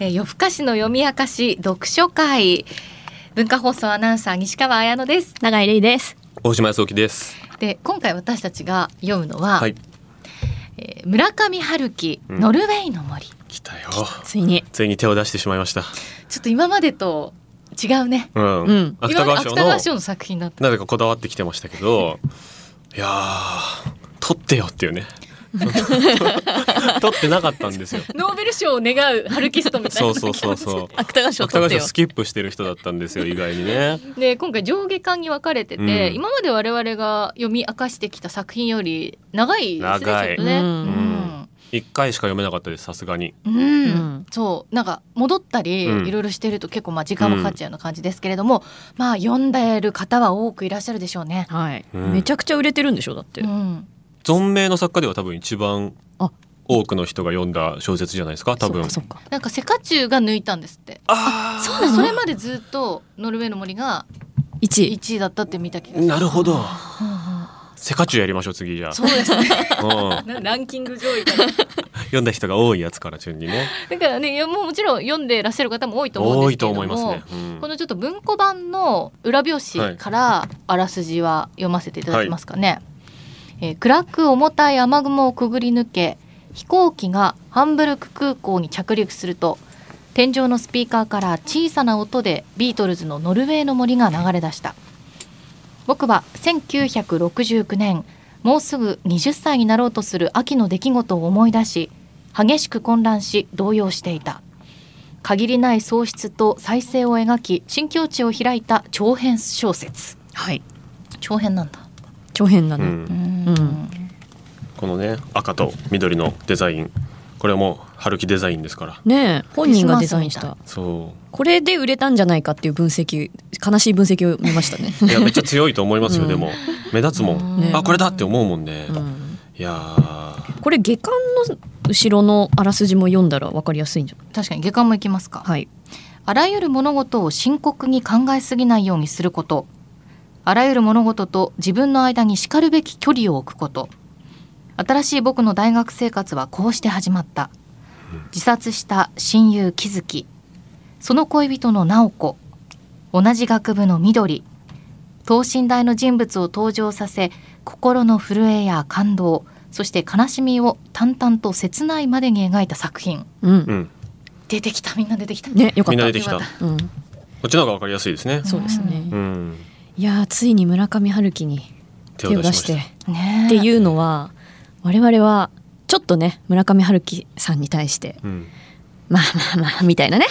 えー夜更かしの読み明かし読書会文化放送アナウンサー西川彩乃です永井玲です。大島康之です。で今回私たちが読むのは、はい。えー村上春樹、うんノルウェイの森ち来たよ。ついに。ついに手を出してしまいました。ょっと今までと違うねうん。うん芥川賞今まで芥の川賞の作品だったなぜかこだわってきてましたけど、いやー、取ってよっていうね。 取ってなかったんですよ。ノーベル賞を願う春樹ストみたいそなうそうそうそう。芥川賞芥取っ川て賞よ。スキップしてる人だったんですよ意外にね。 で今回上下巻に分かれてて、うん今まで我々が読み明かしてきた作品より長いですね長いちょっとね、うんうん一回しか読めなかったですさすがに。うんうんそうなんか戻ったりうんいろいろしてると結構まあ時間もかかっちゃうような感じですけれども、まあ読んでる方は多くいらっしゃるでしょうね。はい、うんめちゃくちゃ売れてるんでしょだって。うん、存命の作家では多分一番あ多くの人が読んだ小説じゃないですか多分。そっかなんかセカチュウが抜いたんですってあそっか。あそうなの。それまでずっと「ノルウェーの森」が一位。 1位だったって見た気がする、なるほど。うんうんセカチュウやりましょう次じゃあ。そうですね うん。なランキング上位から読んだ人が多いやつから順にね。だからねいやもうもちろん読んでらっしゃる方も多いと思うんで多すいけとれども思いますね。うんこのちょっと文庫版の裏表紙からあらすじは読ませていただきますかね、えー暗く重たい雨雲をくぐり抜け飛行機がハンブルク空港に着陸すると天井のスピーカーから小さな音でビートルズの「ノルウェーの森」が流れ出した僕は1969年もうすぐ20歳になろうとする秋の出来事を思い出し激しく混乱し動揺していた限りない喪失と再生を描き新境地を開いた長編小説はい。長編なんだ長編なうの。んんこのね赤と緑のデザインこれも春樹デザインですからねえ本人がデザインしクリスた。そこれで売れたんじゃないかっていう分析悲しい分析を見ましたね。ういやめっちゃ強いと思いますよ、うんでも目立つもん、ねあこれだって思うもんね、ういん、やーこれ下巻の後ろのあらすじも読んだらわかりやすいんじゃない。確かに下巻もいきますか、はい。あらゆる物事を深刻に考えすぎないようにすることあらゆる物事と自分の間にしかるべき距離を置くこと新しい僕の大学生活はこうして始まった自殺した親友木月その恋人の直子同じ学部の緑等身大の人物を登場させ心の震えや感動そして悲しみを淡々と切ないまでに描いた作品うんう。ん出てきたみんな出てきたねよかみっんなた。出てきたよこかっうん。っちの方が分かりやすいですねそうですね。うんいやーついに村上春樹に手手をを出出ししてまし。ねっていうのは我々はちょっとね村上春樹さんに対してた、うんまあまあまあみたいなね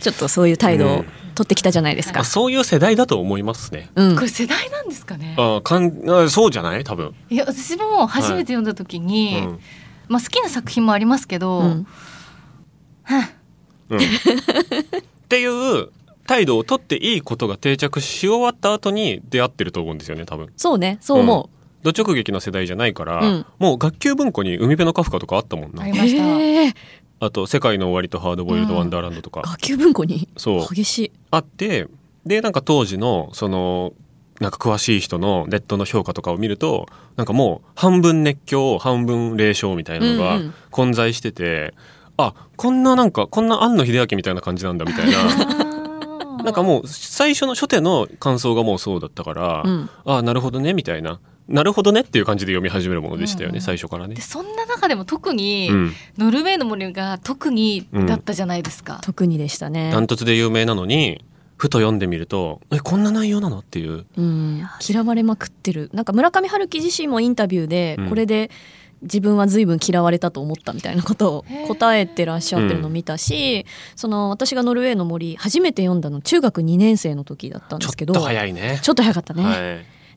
ちょっとそういう態度うをん取ってきたじゃないですまかあ、。そういう世代だと思いますねうんこれ世代なんですかねあかんあそうじゃない多分、いや私も初めて読んだ時うに、んまあ、好きな作品もありますけど、うんうん、っていう態度を取っていいことが定着し終わった後に出会ってると思うんですよね多分そうねそう思ド直撃の世代じゃないから、うんもう学級文庫に海辺のカフカとかあったもんあなりう。ました、へえあと「世界の終わり」と「ハードボイルド・ワンダーランド」とか、学級文庫にそう激しい。あってでなんか当時のそのなんか詳しい人のネットの評価とかを見るとなんかもう半分熱狂半分霊障みたいなのうがんうん混在してて、あこんななんかこんな庵野秀明みたいな感じなんだみたい ななんかもう最初の初手の感想がもうそうだったから、うんあなるほどねみたいななるほどねっていう感じで読み始めるものでしたようね、んうん最初からねで。そんな中でも特に、うんノルウェーの森が特にだったじゃないです か、特にでしたねダ。ントツで有名なのにふと読んでみるとえこんな内容なのっていううん嫌われまくってる。なんか村上春樹自身もインタビューでうんこれで自分は随分嫌われたと思ったみたいなことをへえ答えてらっしゃってるのを見たし、その私がノルウェーの森初めて読んだの中学2年生の時だったんちでょすけっど。と早いねちょっと早かったね。はい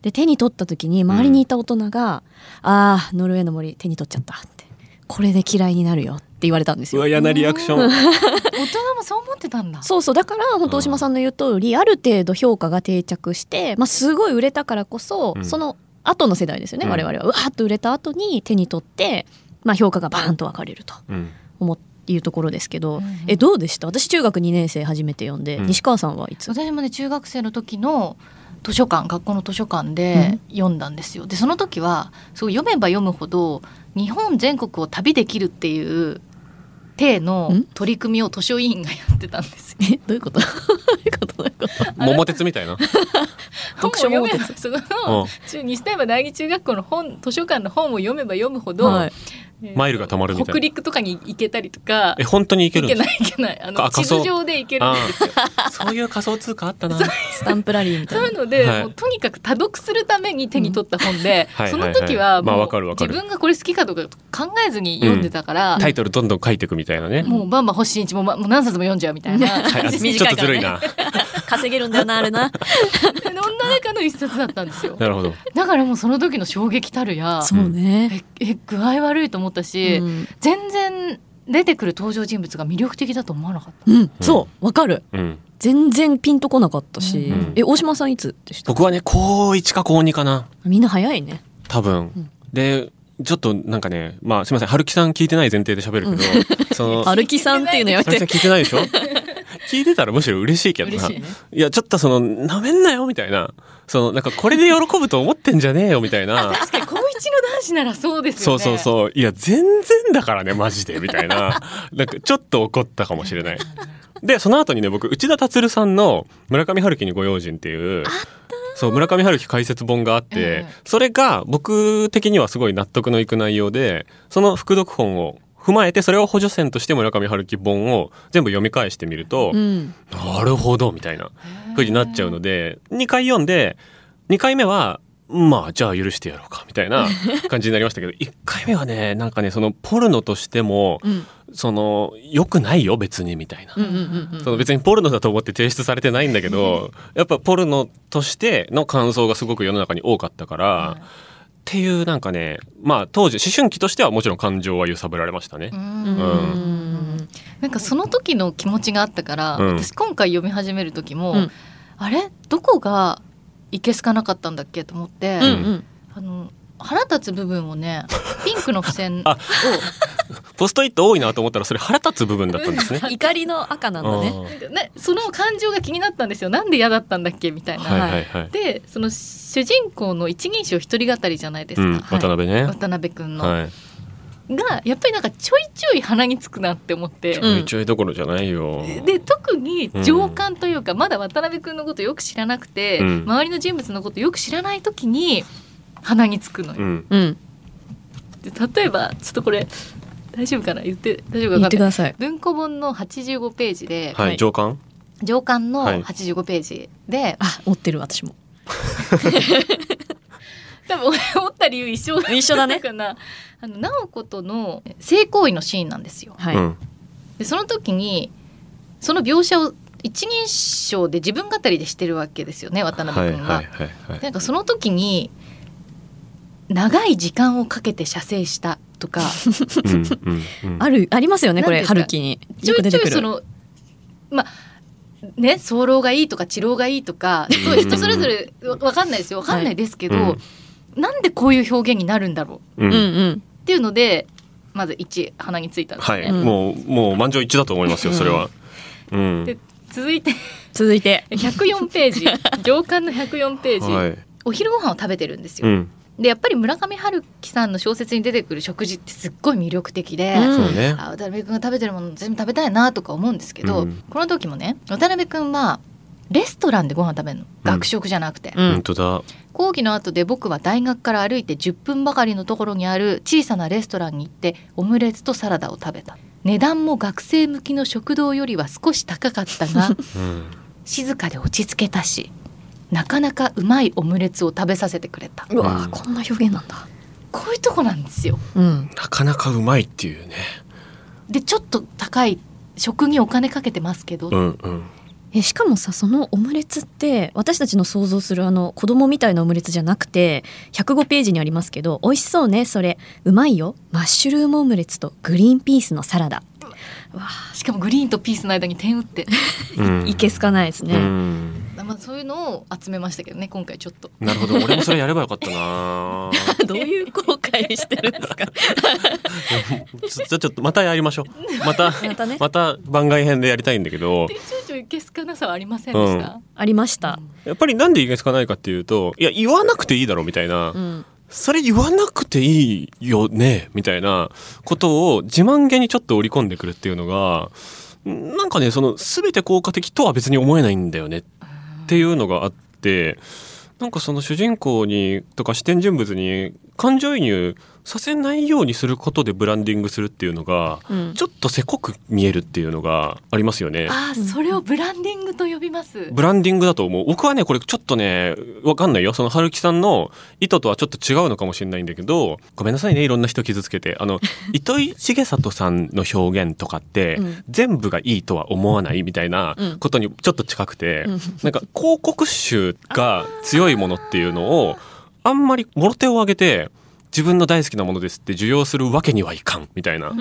で手に取った時に周りにいた大人が「あーノルウェーの森手に取っちゃった」って「これで嫌いになるよ」って言われたんですうよわ。嫌なリアクション、大人もそう思ってたんだそうそうだから本当大島さんの言う通りある程度評価が定着して、まあ、すごい売れたからこそ、うんその後の世代ですよね、うん我々はうわーっと売れた後に手に取って、まあ、評価がバーンと分かれるとうん、思っていうところですけど、うんうんえどうでした私中学2年生初めて読んで、うん西川さんはい つ私もね中学生の時の図書館学校の図書館で読んだんですよ、でその時はそう読めば読むほど日本全国を旅できるっていう体の取り組みを図書委員がやってたん ですえどういうことどういうことどういうこと桃鉄みたいな本を読書読もめ鉄ばそのうん中西田山第二中学校の本図書館の本を読めば読むほど、はいえーマイルが溜まるみ北たいな陸とかに行けたりとかえ本当にいけ行るんけですない行けないあのあ地仮図想上で行けるんあですよあそういう仮想通貨あったなスタンプラリーみたそういいうな。ので、はいもうとにかく多読するために手に取った本で、うんはいその時ははいはいまあもわかるうわ自かる分がこれ好きかどうか考えずに読んでたから、タイトルどんどん書いていくみたいなね、もうバンバン星新一も,、ま、もう何冊も読んじゃうみたいな、はい、あちょっとずるいな稼げるんだよなあれな。そんな中の一冊だったんですよなるほどだからもうその時の衝撃たるや そうね。ええ具合悪いと思ったし、うん全然出てくる登場人物が魅力的だと思わなかったうん、そうわかる。うん全然ピンとこなかったし、うんえ大島さんいつでした？僕はね高1か高2かなみんな早いね。多分、うんでちょっとなんかねまあすみません春樹さん聞いてない前提で喋るけど、その歩きさんっていうのやめ春樹さんて。聞いてないで しょ聞いてたらむしろ嬉しいけど嬉なしいねいやちょっとそのなめんなよみたいなそのなんかこれで喜ぶと思ってんじゃねえよ みたいな確かに高一の男子ならそうですそようねそうそういや全然だからねマジでみたい ななんかちょっと怒ったかもしれないでその後にね僕内田達さんの「村上春樹にご用心」っていうそう村上春樹解説本があって、ええそれが僕的にはすごい納得のいく内容でその副読本を踏まえてそれを補助線として村上春樹本を全部読み返してみると、うん。なるほどみたいなへーふうになっちゃうので2回読んで2回目はまあじゃあ許してやろうかみた いな感じになりましたけど1回目はねなんかねそのポルノとしてもうんその良くないよ別にみたいなうんう。んうんうん。その別にポルノだと思って提出されてないんだけどやっぱポルノとしての感想がすごく世の中に多かったから、いっていうなんかねまあ当時思春期としてはもちろん感情は揺さぶられましたねう。うんんうんなんかその時の気持ちがあったから、うん私今回読み始める時も、うんあれどこがいけすかなかったんだっけと思って、うんうん。あの腹立つ部分を ねピンクの付箋あをポストイット多いなと思ったらそれ腹立つ部分だったんですね。怒りの赤なんだね。あねその感情が気になったんですよなんで嫌だったんだっけみたいーな。はいはいはい。でその主人公の一人称一人語りじゃないですうか、ん、渡辺ね。渡辺君の、はい。がやっぱりなんかちょいちょい鼻につくなって思って。うんちょいどころじゃないよ。で特に情感というか、まだ渡辺君のことよく知らなくて、うん周りの人物のことよく知らない時に鼻につくのうよ。ん。うん。で例えばちょっとこれ大丈夫かな言って大丈夫か言なってください。文庫本の85ページで、ははいい、上官。上巻のはい85ページで、あ持ってる私も。多分思った理由一緒一緒 だねかなあの直子との性行為のシーンなんですよ。はい。うん。でその時にその描写を一人称で自分語りでしてるわけですよね渡は辺い君は。はいはいはい。なんかその時に長い時間をかけて射精したとかうんうんうん。あるありますよねこれなんですか春樹に ちょよくいち出てょくいる。そのまあね早漏がいいとか治療がいいとかそう人それぞれわわかんないですよわかんないですけど、はいなんでこういう表現になるんだろうううんん。うん。っていうのでまず1鼻についたんですはね。い、もう、もう満場一致だと思いますよ、それは。うん。で続いて続いて。 104ペ ージ上巻の104ページ、はい。お昼ご飯を食べてるんですうよ。ん。でやっぱり村上春樹さんの小説に出てくる食事ってすっごい魅力的で。うんそうね。あ渡辺君が食べてるもの全部食べたいなとか思うんですけど、うんこの時もね渡辺君はレストランでご飯食べるの学食じゃなくて、う本ん。当だ。講義の後で僕は大学から歩いて10分ばかりのところにある小さなレストランに行ってオムレツとサラダを食べた値段も学生向きの食堂よりは少し高かった がうん。静かで落ち着けたしなかなかうまいオムレツを食べさせてくれたうわうーんこんな表現なんだ。こういうとこなんですようん。なかなかうまいっていうね。でちょっと高い食にお金かけてますけど、うんうん。えしかもさそのオムレツって私たちの想像するあの子供みたいなオムレツじゃなくて105ページにありますけど「美味しそうねそれうまいよマッシュルームオムレツとグリーンピースのサラダ」わしかもグリーンとピースの間に点打ってうん。いけすかないですね、うん。まあ、そういうのを集めましたけどね今回ちょっとなるほど、俺もそれやればよかったな。 どういう後悔してるんですかちょちょっと、またやりましょう。また。 またねまた番外編でやりたいんだけどでちょいちょい消すかなさはありませんでした、ありましたう、んやっぱりなんでいけつかないかっていうといや言わなくていいだろうみたいな、うん、それ言わなくていいよねみたいなことを自慢げにちょっと織り込んでくるっていうのがなんかねその全て効果的とは別に思えないんだよねっていうのがあってなんかその主人公にとか視点人物に感情移入させないようにすることでブランディングするっていうのが、うんちょっとせこく見えるっていうのがありますよね。あーそれをブランディングと呼びます。ブランディングだと思う。僕はね、これちょっとね、わかんないよ。その、春樹さんの意図とはちょっと違うのかもしれないんだけど、ごめんなさいね、いろんな人傷つけて。あの、糸井重里さんの表現とかって、うん全部がいいとは思わないみたいなうんことにちょっと近くて、うんなんか、広告集が強いものっていうのを、あんまり、もろ手を挙げて、自分の大好きなものですって受容するわけにはいかん、みたいな。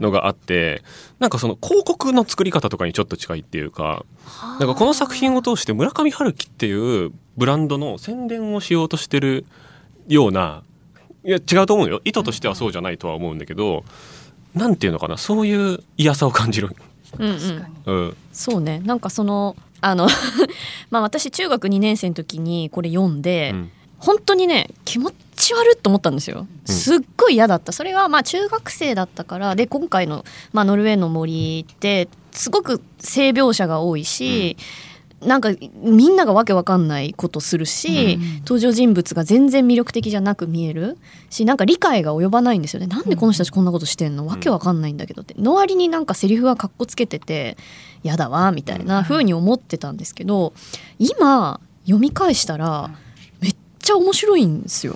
のがあってなんかその広告の作り方とかにちょっと近いっていうかなんかこの作品を通して村上春樹っていうブランドの宣伝をしようとしてるようないや違うと思うよ意図としてはそうじゃないとは思うんだけどなんていうのかなそういう嫌さを感じる、うんうん確かに。うん、そうねなんかそのあの まあ私中学2年生の時にこれ読んで、うん本当にね気持ち悪いと思ったんですようんすっごい嫌だったそれはまあ中学生だったからで今回の、まあ「ノルウェーの森」ってすごく性描写が多いし、なんかみんながわけわかんないことするうし、ん登場人物が全然魅力的じゃなく見えるしなんか理解が及ばないんですよねなんでこの人たちこんなことしてんのわけわかんないんだけどっての割になんかセリフがかっこつけててやだわみたいな風に思ってたんですけど今読み返したらめっちゃ面白いんですよ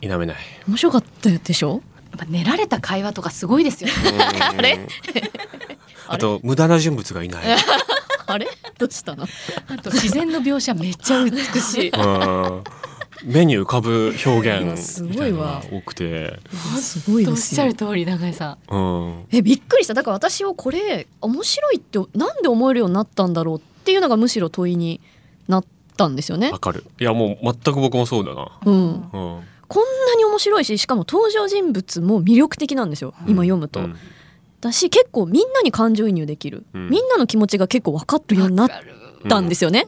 否めない面白かったでしょやっぱ練られた会話とかすごいですよね。あれあと無駄な人物がいないあれどうしたの あと自然の描写めっちゃ美 しい。 うん目に浮かぶ表いや現すみごたいいなのがわ多くて、すごいおでっすしゃよる通り永井さん。うん、えびっくりしただから私はこれ面白いってなんで思えるようになったんだろうっていうのがむしろ問いになったんですよねわかるいやもう全く僕もそうだなうんうんこんなに面白いししかも登場人物も魅力的なんですよ今読むと、うんだし結構みんなに感情移入できる、うんみんなの気持ちが結構分かってるようになっわかるたんですよね、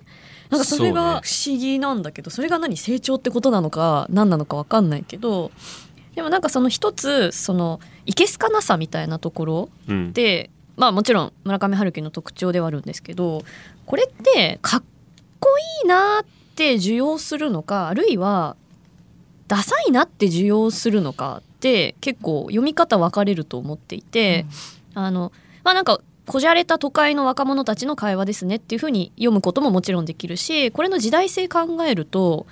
なんかそれそうがね不思議なんだけどそれが何成長ってことなのか何なのか分かんないけどでもなんかその一つそのいけすかなさみたいなところうんでまあもちろん村上春樹の特徴ではあるんですけどこれってかっこいいなって受容するのかあるいはダサいなって受容するのかって結構読み方分かれると思っていて、あのまあなんかこじゃれた都会の若者たちの会話ですねっていうふうに読むことももちろんできるしこれの時代性考えると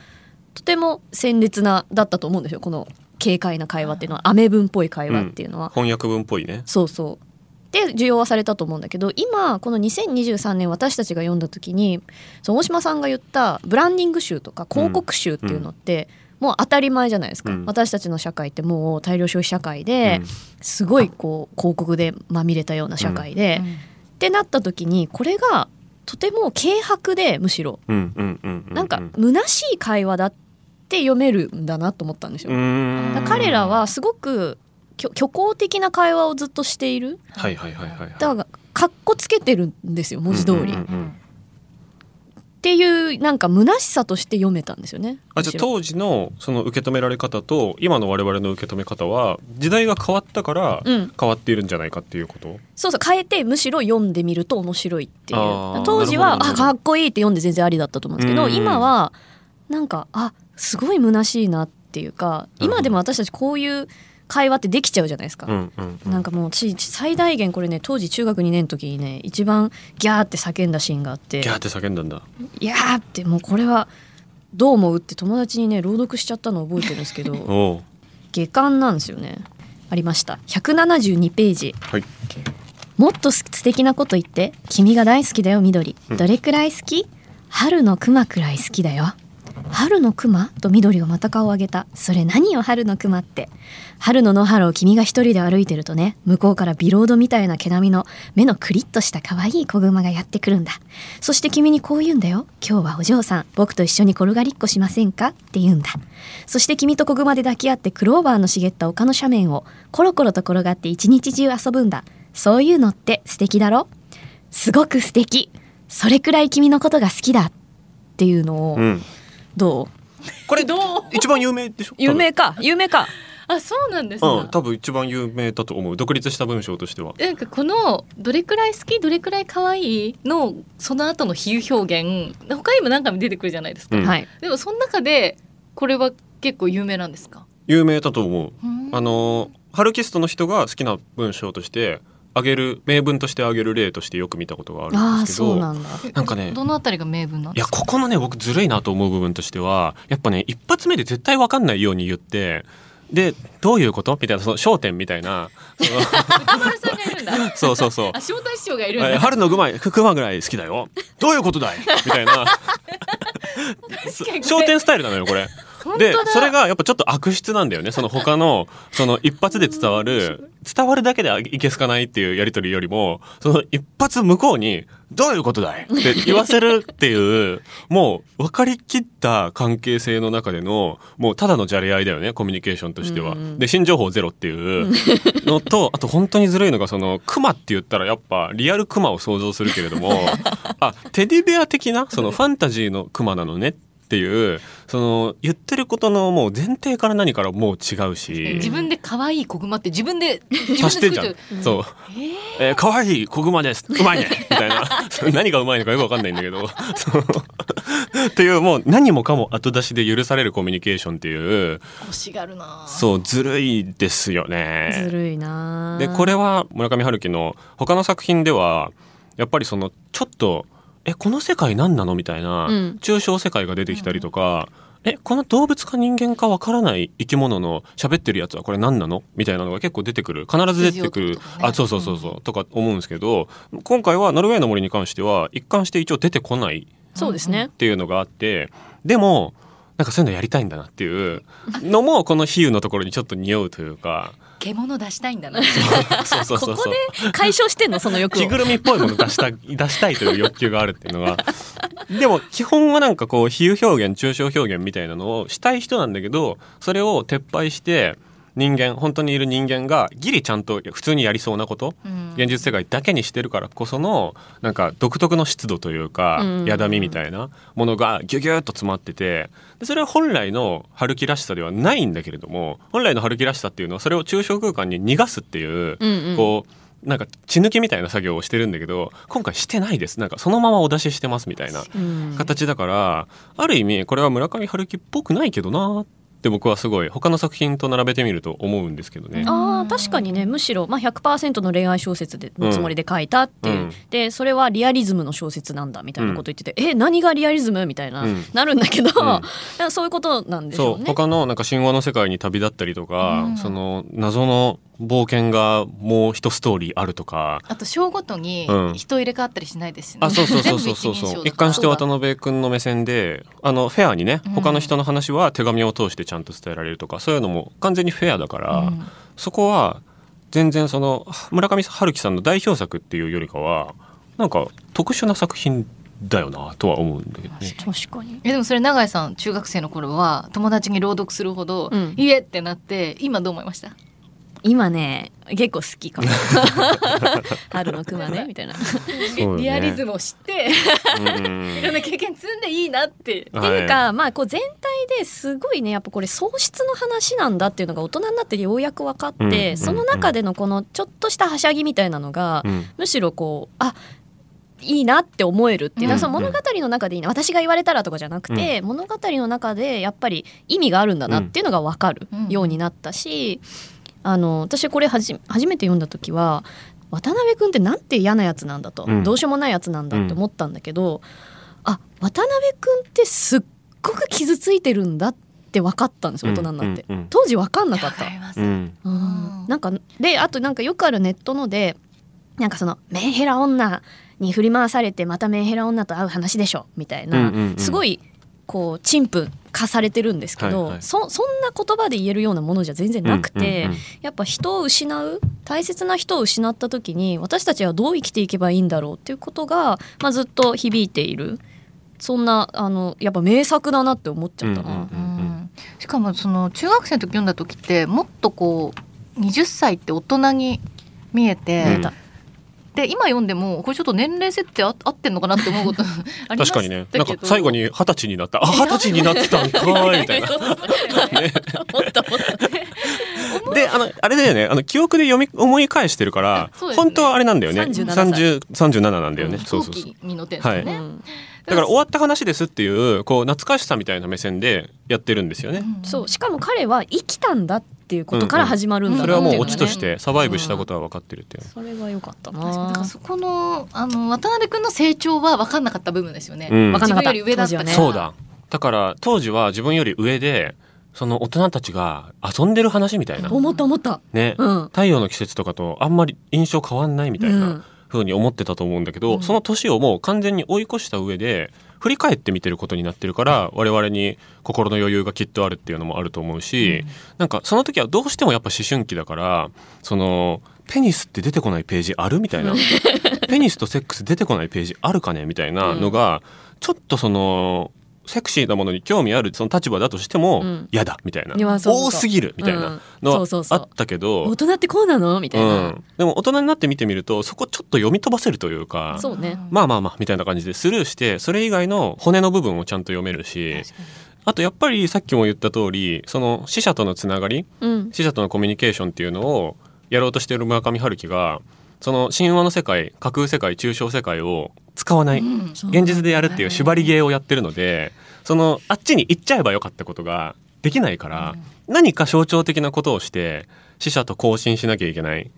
とても鮮烈なだったと思うんですよこの軽快な会話っていうのはアメ文っぽい会話っていうのは。翻訳文っぽいねそうそうで需要はされたと思うんだけど今この2023年私たちが読んだ時にその大島さんが言ったブランディング集とか広告集っていうのって、もう当たり前じゃないですか、うん私たちの社会ってもう大量消費社会ですごいこう広告でまみれたような社会で、ってなった時にこれがとても軽薄でむしろうんうんうんううなんか虚しい会話だって読めるんだなと思ったんですよ。うーんだから彼らはすごく虚虚構的な会話をずっとしているはいはいはいはいはいだからかっこつけてるんですよ文字通り、うんうんっていうなんか虚しさとして読めたんですよねあじゃむあしろ当時のその受け止められ方と今の我々の受け止め方は時代が変わったからうん、変わっているんじゃないかっていうことそうそう変えてむしろ読んでみると面白いっていうあー当時はなるあほどかっこいいって読んで全然ありだったと思うんですけど、うん今はなんかあすごい虚しいなっていうかなるほど今でも私たちこういう会話ってできちゃうじゃないですか、うんうんうなんかもう私最大限これね当時中学2年の時にね一番ギャーって叫んだシーンがあってギャーって叫んだんだいやーってもうこれはどう思うって友達にね朗読しちゃったのを覚えてるんですけどおう下巻なんですよねありました172ページはいもっとす素敵なこと言って君が大好きだよ緑どれくらい好き春の熊くらい好きだよ春の熊と緑がまた顔を上げたそれ何よ春の熊って春の野原を君が一人で歩いてるとね向こうからビロードみたいな毛並みの目のクリッとした可愛い子熊がやってくるんだそして君にこう言うんだよ今日はお嬢さん僕と一緒に転がりっこしませんかって言うんだそして君と子熊で抱き合ってクローバーの茂った丘の斜面をコロコロと転がって一日中遊ぶんだそういうのって素敵だろすごく素敵それくらい君のことが好きだっていうのをうんどうこれどう一番有名でしょ有名か有名かあそうなんです多か、分うん多分一番有名だと思う独立した文章としてはなんかこの「どれくらい好きどれくらい可愛いのその後の比喩表現他にも何回も出てくるじゃないですか、うんはいでもその中でこれは結構有名なんですか有名だと思うああのハルキストの人が好きな文章としてあげる名文としてあげる例としてよく見たことがあるあんあですけそうどなんだなんか ねどのあたりが名分なんいでやすかここのね僕ずるいなと思う部分としてはやっぱね一発目で絶対わかんないように言ってでどういうことみたいなその焦点みたいなそ の 歌丸さんがいるんだそうそうそうあ招待師匠がいるんえだ春の熊熊ぐらい好きだよどういうことだいみたいな確かにこ焦れ点スタイルなのよこれ。本当でだそれがやっぱちょっと悪質なんだよねその他のその一発で伝わる伝わるだけでいけすかないっていうやり取りよりもその一発向こうに「どういうことだい!」って言わせるっていうもう分かりきった関係性の中でのもうただのじゃれ合いだよねコミュニケーションとしては。うんうんで新情報ゼロっていうのとあと本当にずるいのがそのクマって言ったらやっぱリアルクマを想像するけれど もあテディベア的なそのファンタジーのクマなのねっていうその言ってることのもう前提から何からもう違う自し。分で可愛い子熊って自分で自察し分でてん作ってじゃん。そう。えー、可愛い子熊です。うまいね。みたいな。 それ何がうまいのかよくわかんないんだけど。 そうっていう、もう何もかも後出しで許されるコミュニケーションっていう、欲しがるなぁそう、ずるいですよね。ずるいなあでこれは村上春樹の他の作品ではやっぱりそのちょっと「えこの世界何なの?」みたいなうん抽象世界が出てきたりとか「えこの動物か人間かわからない生き物の喋ってるやつはこれ何なの?」みたいなのが結構出てくる必ず出てくる、筋を取るとかねあそうそうそうそう、とか思うんですけど今回は「ノルウェーの森」に関しては一貫して一応出てこないそうですねっていうのがあってでもなんかそういうのやりたいんだなっていうのもこの比喩のところにちょっと匂うという か。獣出したいんだなそうそうそうそうここで解消してんのその欲着をぐるみっぽいもの出したい出したいという欲求があるっていうのがでも基本はなんかこう比喩表現抽象表現みたいなのをしたい人なんだけどそれを撤廃して人間本当にいる人間がギリちゃんと普通にやりそうなことうん現実世界だけにしてるからこそのなんか独特の湿度というかうんやだみみたいなものがギュギュッと詰まっててでそれは本来の春樹らしさではないんだけれども本来の春樹らしさっていうのはそれを抽象空間に逃がすっていううんうんこうなんか血抜きみたいな作業をしてるんだけど今回してないですなんかそのままお出ししてますみたいなうん形だからある意味これは村上春樹っぽくないけどなって僕はすごい他の作品と並べてみると思うんですけどね。あー確かにねむしろ、まあ、100%の恋愛小説でのつもりで書いたっていう、うんでそれはリアリズムの小説なんだみたいなこと言ってて、え何がリアリズムみたいな、うんなるんだけど、だんからそういうことなんでしょそううね。他のなんか神話の世界に旅立ったりとか、うんその謎の冒険がもう一ストーリーあるとかあと章ごとにうん人入れ替わったりしないですしね、あそうそうそうそうそうそう一貫して渡辺君の目線であのフェアにねうん他の人の話は手紙を通してちゃんと伝えられるとかそういうのも完全にフェアだから、そこは全然その村上春樹さんの代表作っていうよりかはなんか特殊な作品だよなとは思うんだけどね。確かにえでもそれ永井さん中学生の頃は友達に朗読するほど「うんいえ!」ってなって今どう思いました今ね結構好きかも春の熊ねみたいなそうよねリアリズムを知ってうんうん いろんな経験積んでいいなってっていうはか、まあ、こう全体ですごいねやっぱこれ喪失の話なんだっていうのが大人になってようやく分かって、うんうんその中でのこのちょっとしたはしゃぎみたいなのが、うんむしろこうあいいなって思えるっていう、だからそのうん物語の中でいいな私が言われたらとかじゃなくて、物語の中でやっぱり意味があるんだなっていうのが分かるうんようになったし、あの私これはじ初めて読んだ時は渡辺君ってなんて嫌なやつなんだと、うんどうしようもないやつなんだって思ったんだけど、あ渡辺君ってすっごく傷ついてるんだって分かったんですよ大人になって、うんうんうん当時分かんなかったわ。りますうんうんうんなんかであとなんかよくあるネットのでなんかそのメンヘラ女に振り回されてまたメンヘラ女と会う話でしょみたいな、うんうんうんすごいこう陳腐化されてるんですけど、はいはいそそんな言葉で言えるようなものじゃ全然なくて、うんうんうんやっぱ人を失う大切な人を失った時に私たちはどう生きていけばいいんだろうっていうことが、まあ、ずっと響いているそんなあのやっぱ名作だなって思っちゃったな。うんうんうんしかもその中学生の時読んだ時ってもっとこう20歳って大人に見えて、うんで今読んでもこれちょっと年齢設定あ合ってんのかなって思うこと ありまし確たかにねけなどんか最後に二十歳になったあ二十歳になってたんかーいみたい なねもっともっとであのあれだよねあの記憶で読み思い返してるから、そうですね本当はあれなんだよね37 30 37なんだよね、飛そう行そうそう機に乗ってんですよね、ううんんだから終わった話ですっていうこう懐かしさみたいな目線でやってるんですよね、うんそうしかも彼は生きたんだっていうことから始まるんだそなれはもうっオていチのがとねしてサバイブしたことは分かってるっていう、それは良かった確かにだからなそこのあの渡辺君の成長は分かんなかった部分ですよね、うんわかんなかった自分より上だったから、当時はねそうだだから当時は自分より上でその大人たちが遊んでる話みたいな、うん思った思ったね、うん太陽の季節とかとあんまり印象変わんないみたいうんな風に思ってたと思うんだけど、うんその年をもう完全に追い越した上で振り返って見てることになってるから我々に心の余裕がきっとあるっていうのもあると思うし、なんかその時はどうしてもやっぱ思春期だからそのペニスって出てこないページあるみた いなペニスとセックス出てこないページあるかねみたいなのが、ちょっとそのセクシーなものに興味あるその立場だとしてもうん嫌、だみたいないやそうそうそう多すぎるみたいなうんのそうそうはあそうったけど。大人ってこうなのみたいな、うん、でも大人になって見てみるとそこちょっと読み飛ばせるというかそうねまあまあまあみたいな感じでスルーしてそれ以外の骨の部分をちゃんと読めるし確かにあとやっぱりさっきも言った通りその死者とのつながりうん死者とのコミュニケーションっていうのをやろうとしている村上春樹がその神話の世界架空世界抽象世界を使わないうんそう現実でやるっていう縛り芸をやってるのでそのあっちに行っちゃえばよかったことができないから、何か象徴的なことをして死者と交信しなきゃいけないっ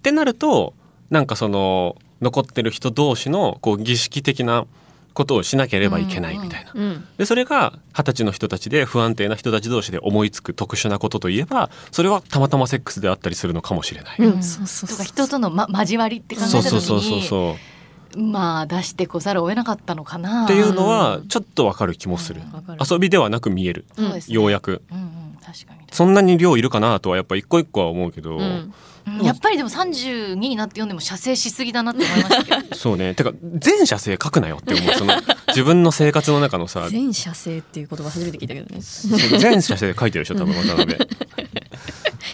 てなるとなんかその残ってる人同士のこう儀式的なことをしなければいけないみたいな。うんでそれが二十歳の人たちで不安定な人たち同士で思いつく特殊なことといえばそれはたまたまセックスであったりするのかもしれない。うんそうそうそうとか人との、ま、交わりって考えそうた時そにうそうそうそうまあ出してこざるを得なかったのかなっていうのはちょっとわかる気もするうんわかる遊びではなく見えるそうですねようやくうんうん確かにそんなに量いるかなとはやっぱ一個一個は思うけうど、んうんやっぱりでも32になって読んでも射精しすぎだなって思いましたけどそうねてか全社生書くなよって思う その自分の生活の中のさ全社制っていう言葉初めて聞いたけどね全社生書いてるでしょ多分渡辺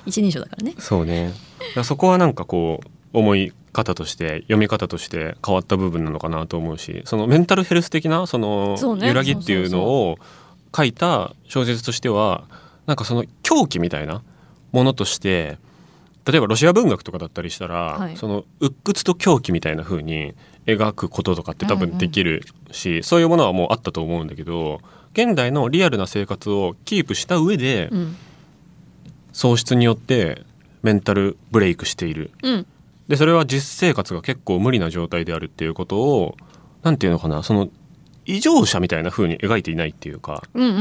一人称だからねそうねだからそこはなんかこう思い方として読み方として変わった部分なのかなと思うしそのメンタルヘルス的なそのそうね揺らぎっていうのを書いた小説としてはなんかその狂気みたいなものとして例えばロシア文学とかだったりしたら、はいその鬱屈と狂気みたいな風に描くこととかって多分できるし、そういうものはもうあったと思うんだけど現代のリアルな生活をキープした上で、うん喪失によってメンタルブレイクしているうんでそれは実生活が結構無理な状態であるっていうことをなんていうのかなその異常者みたいな風に描いていないっていうか、うんうんううん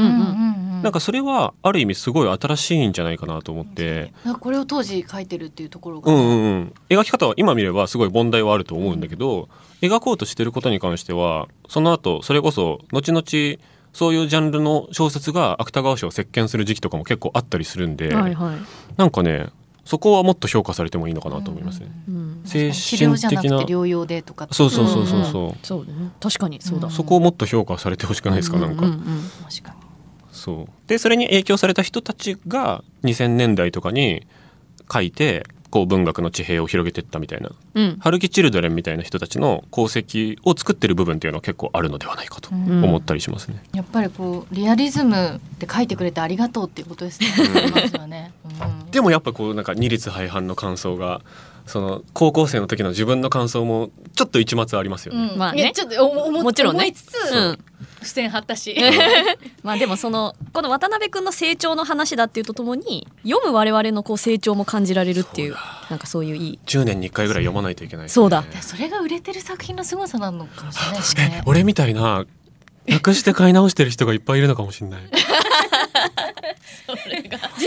んなんかそれはある意味すごい新しいんじゃないかなと思って、なんかこれを当時書いてるっていうところうが、んうんうん、描き方は今見ればすごい問題はあると思うんだけど、描こうとしてることに関してはその後それこそ後々そういうジャンルの小説が芥川賞を席巻する時期とかも結構あったりするんで、はいはいなんかねそこはもっと評価されてもいいのかなと思いますね。うん精治療神じゃなくて的な療養でとかってそうそうそうそうそう、そうだね確かにそうだうんそこをもっと評価されてほしくないですか、なんか、うんうん確かにそうでそれに影響された人たちが2000年代とかに書いてこう文学の地平を広げてったみたいなうん春樹チルドレンみたいな人たちの功績を作ってる部分っていうのは結構あるのではないかとうん思ったりしますね、やっぱりこうリアリズムで書いてくれてありがとうっていうことですね。まずはね。うんでもやっぱこうなんか二律背反の感想がその高校生の時の自分の感想もちょっと一末ありますよね、うんまあねいやちょっとおももちろんね思いつつ、うん付箋貼った し。まあでもそのこの渡辺くんの成長の話だっていうとともに読む我々のこう成長も感じられるっていうそうなんかそういういい10年に1回ぐらい読まないといけないですねそうだでそれが売れてる作品の凄さなのかもしれないしね。俺みたいななくして買い直してる人がいっぱいいるのかもし れない人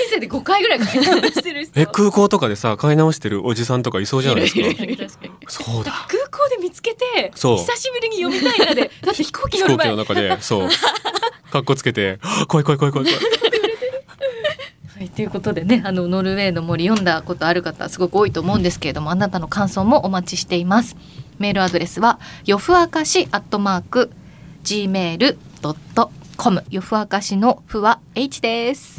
生で5回ぐらい書いたしてる人え空港とかでさ買い直してるおじさんとかいそうじゃないですかいるいるそうだ空港で見つけてそう久しぶりに読みたいな でだって飛行機飛乗る行機前の中でそう かっこつけて 「怖い怖い怖い怖い怖いはい、ということでねあのノルウェーの森読んだことある方すごく多いと思うんですけれどもあなたの感想もお待ちしていますメールアドレスはよふあかしアットマーク gmail.com よふあかしのふは h です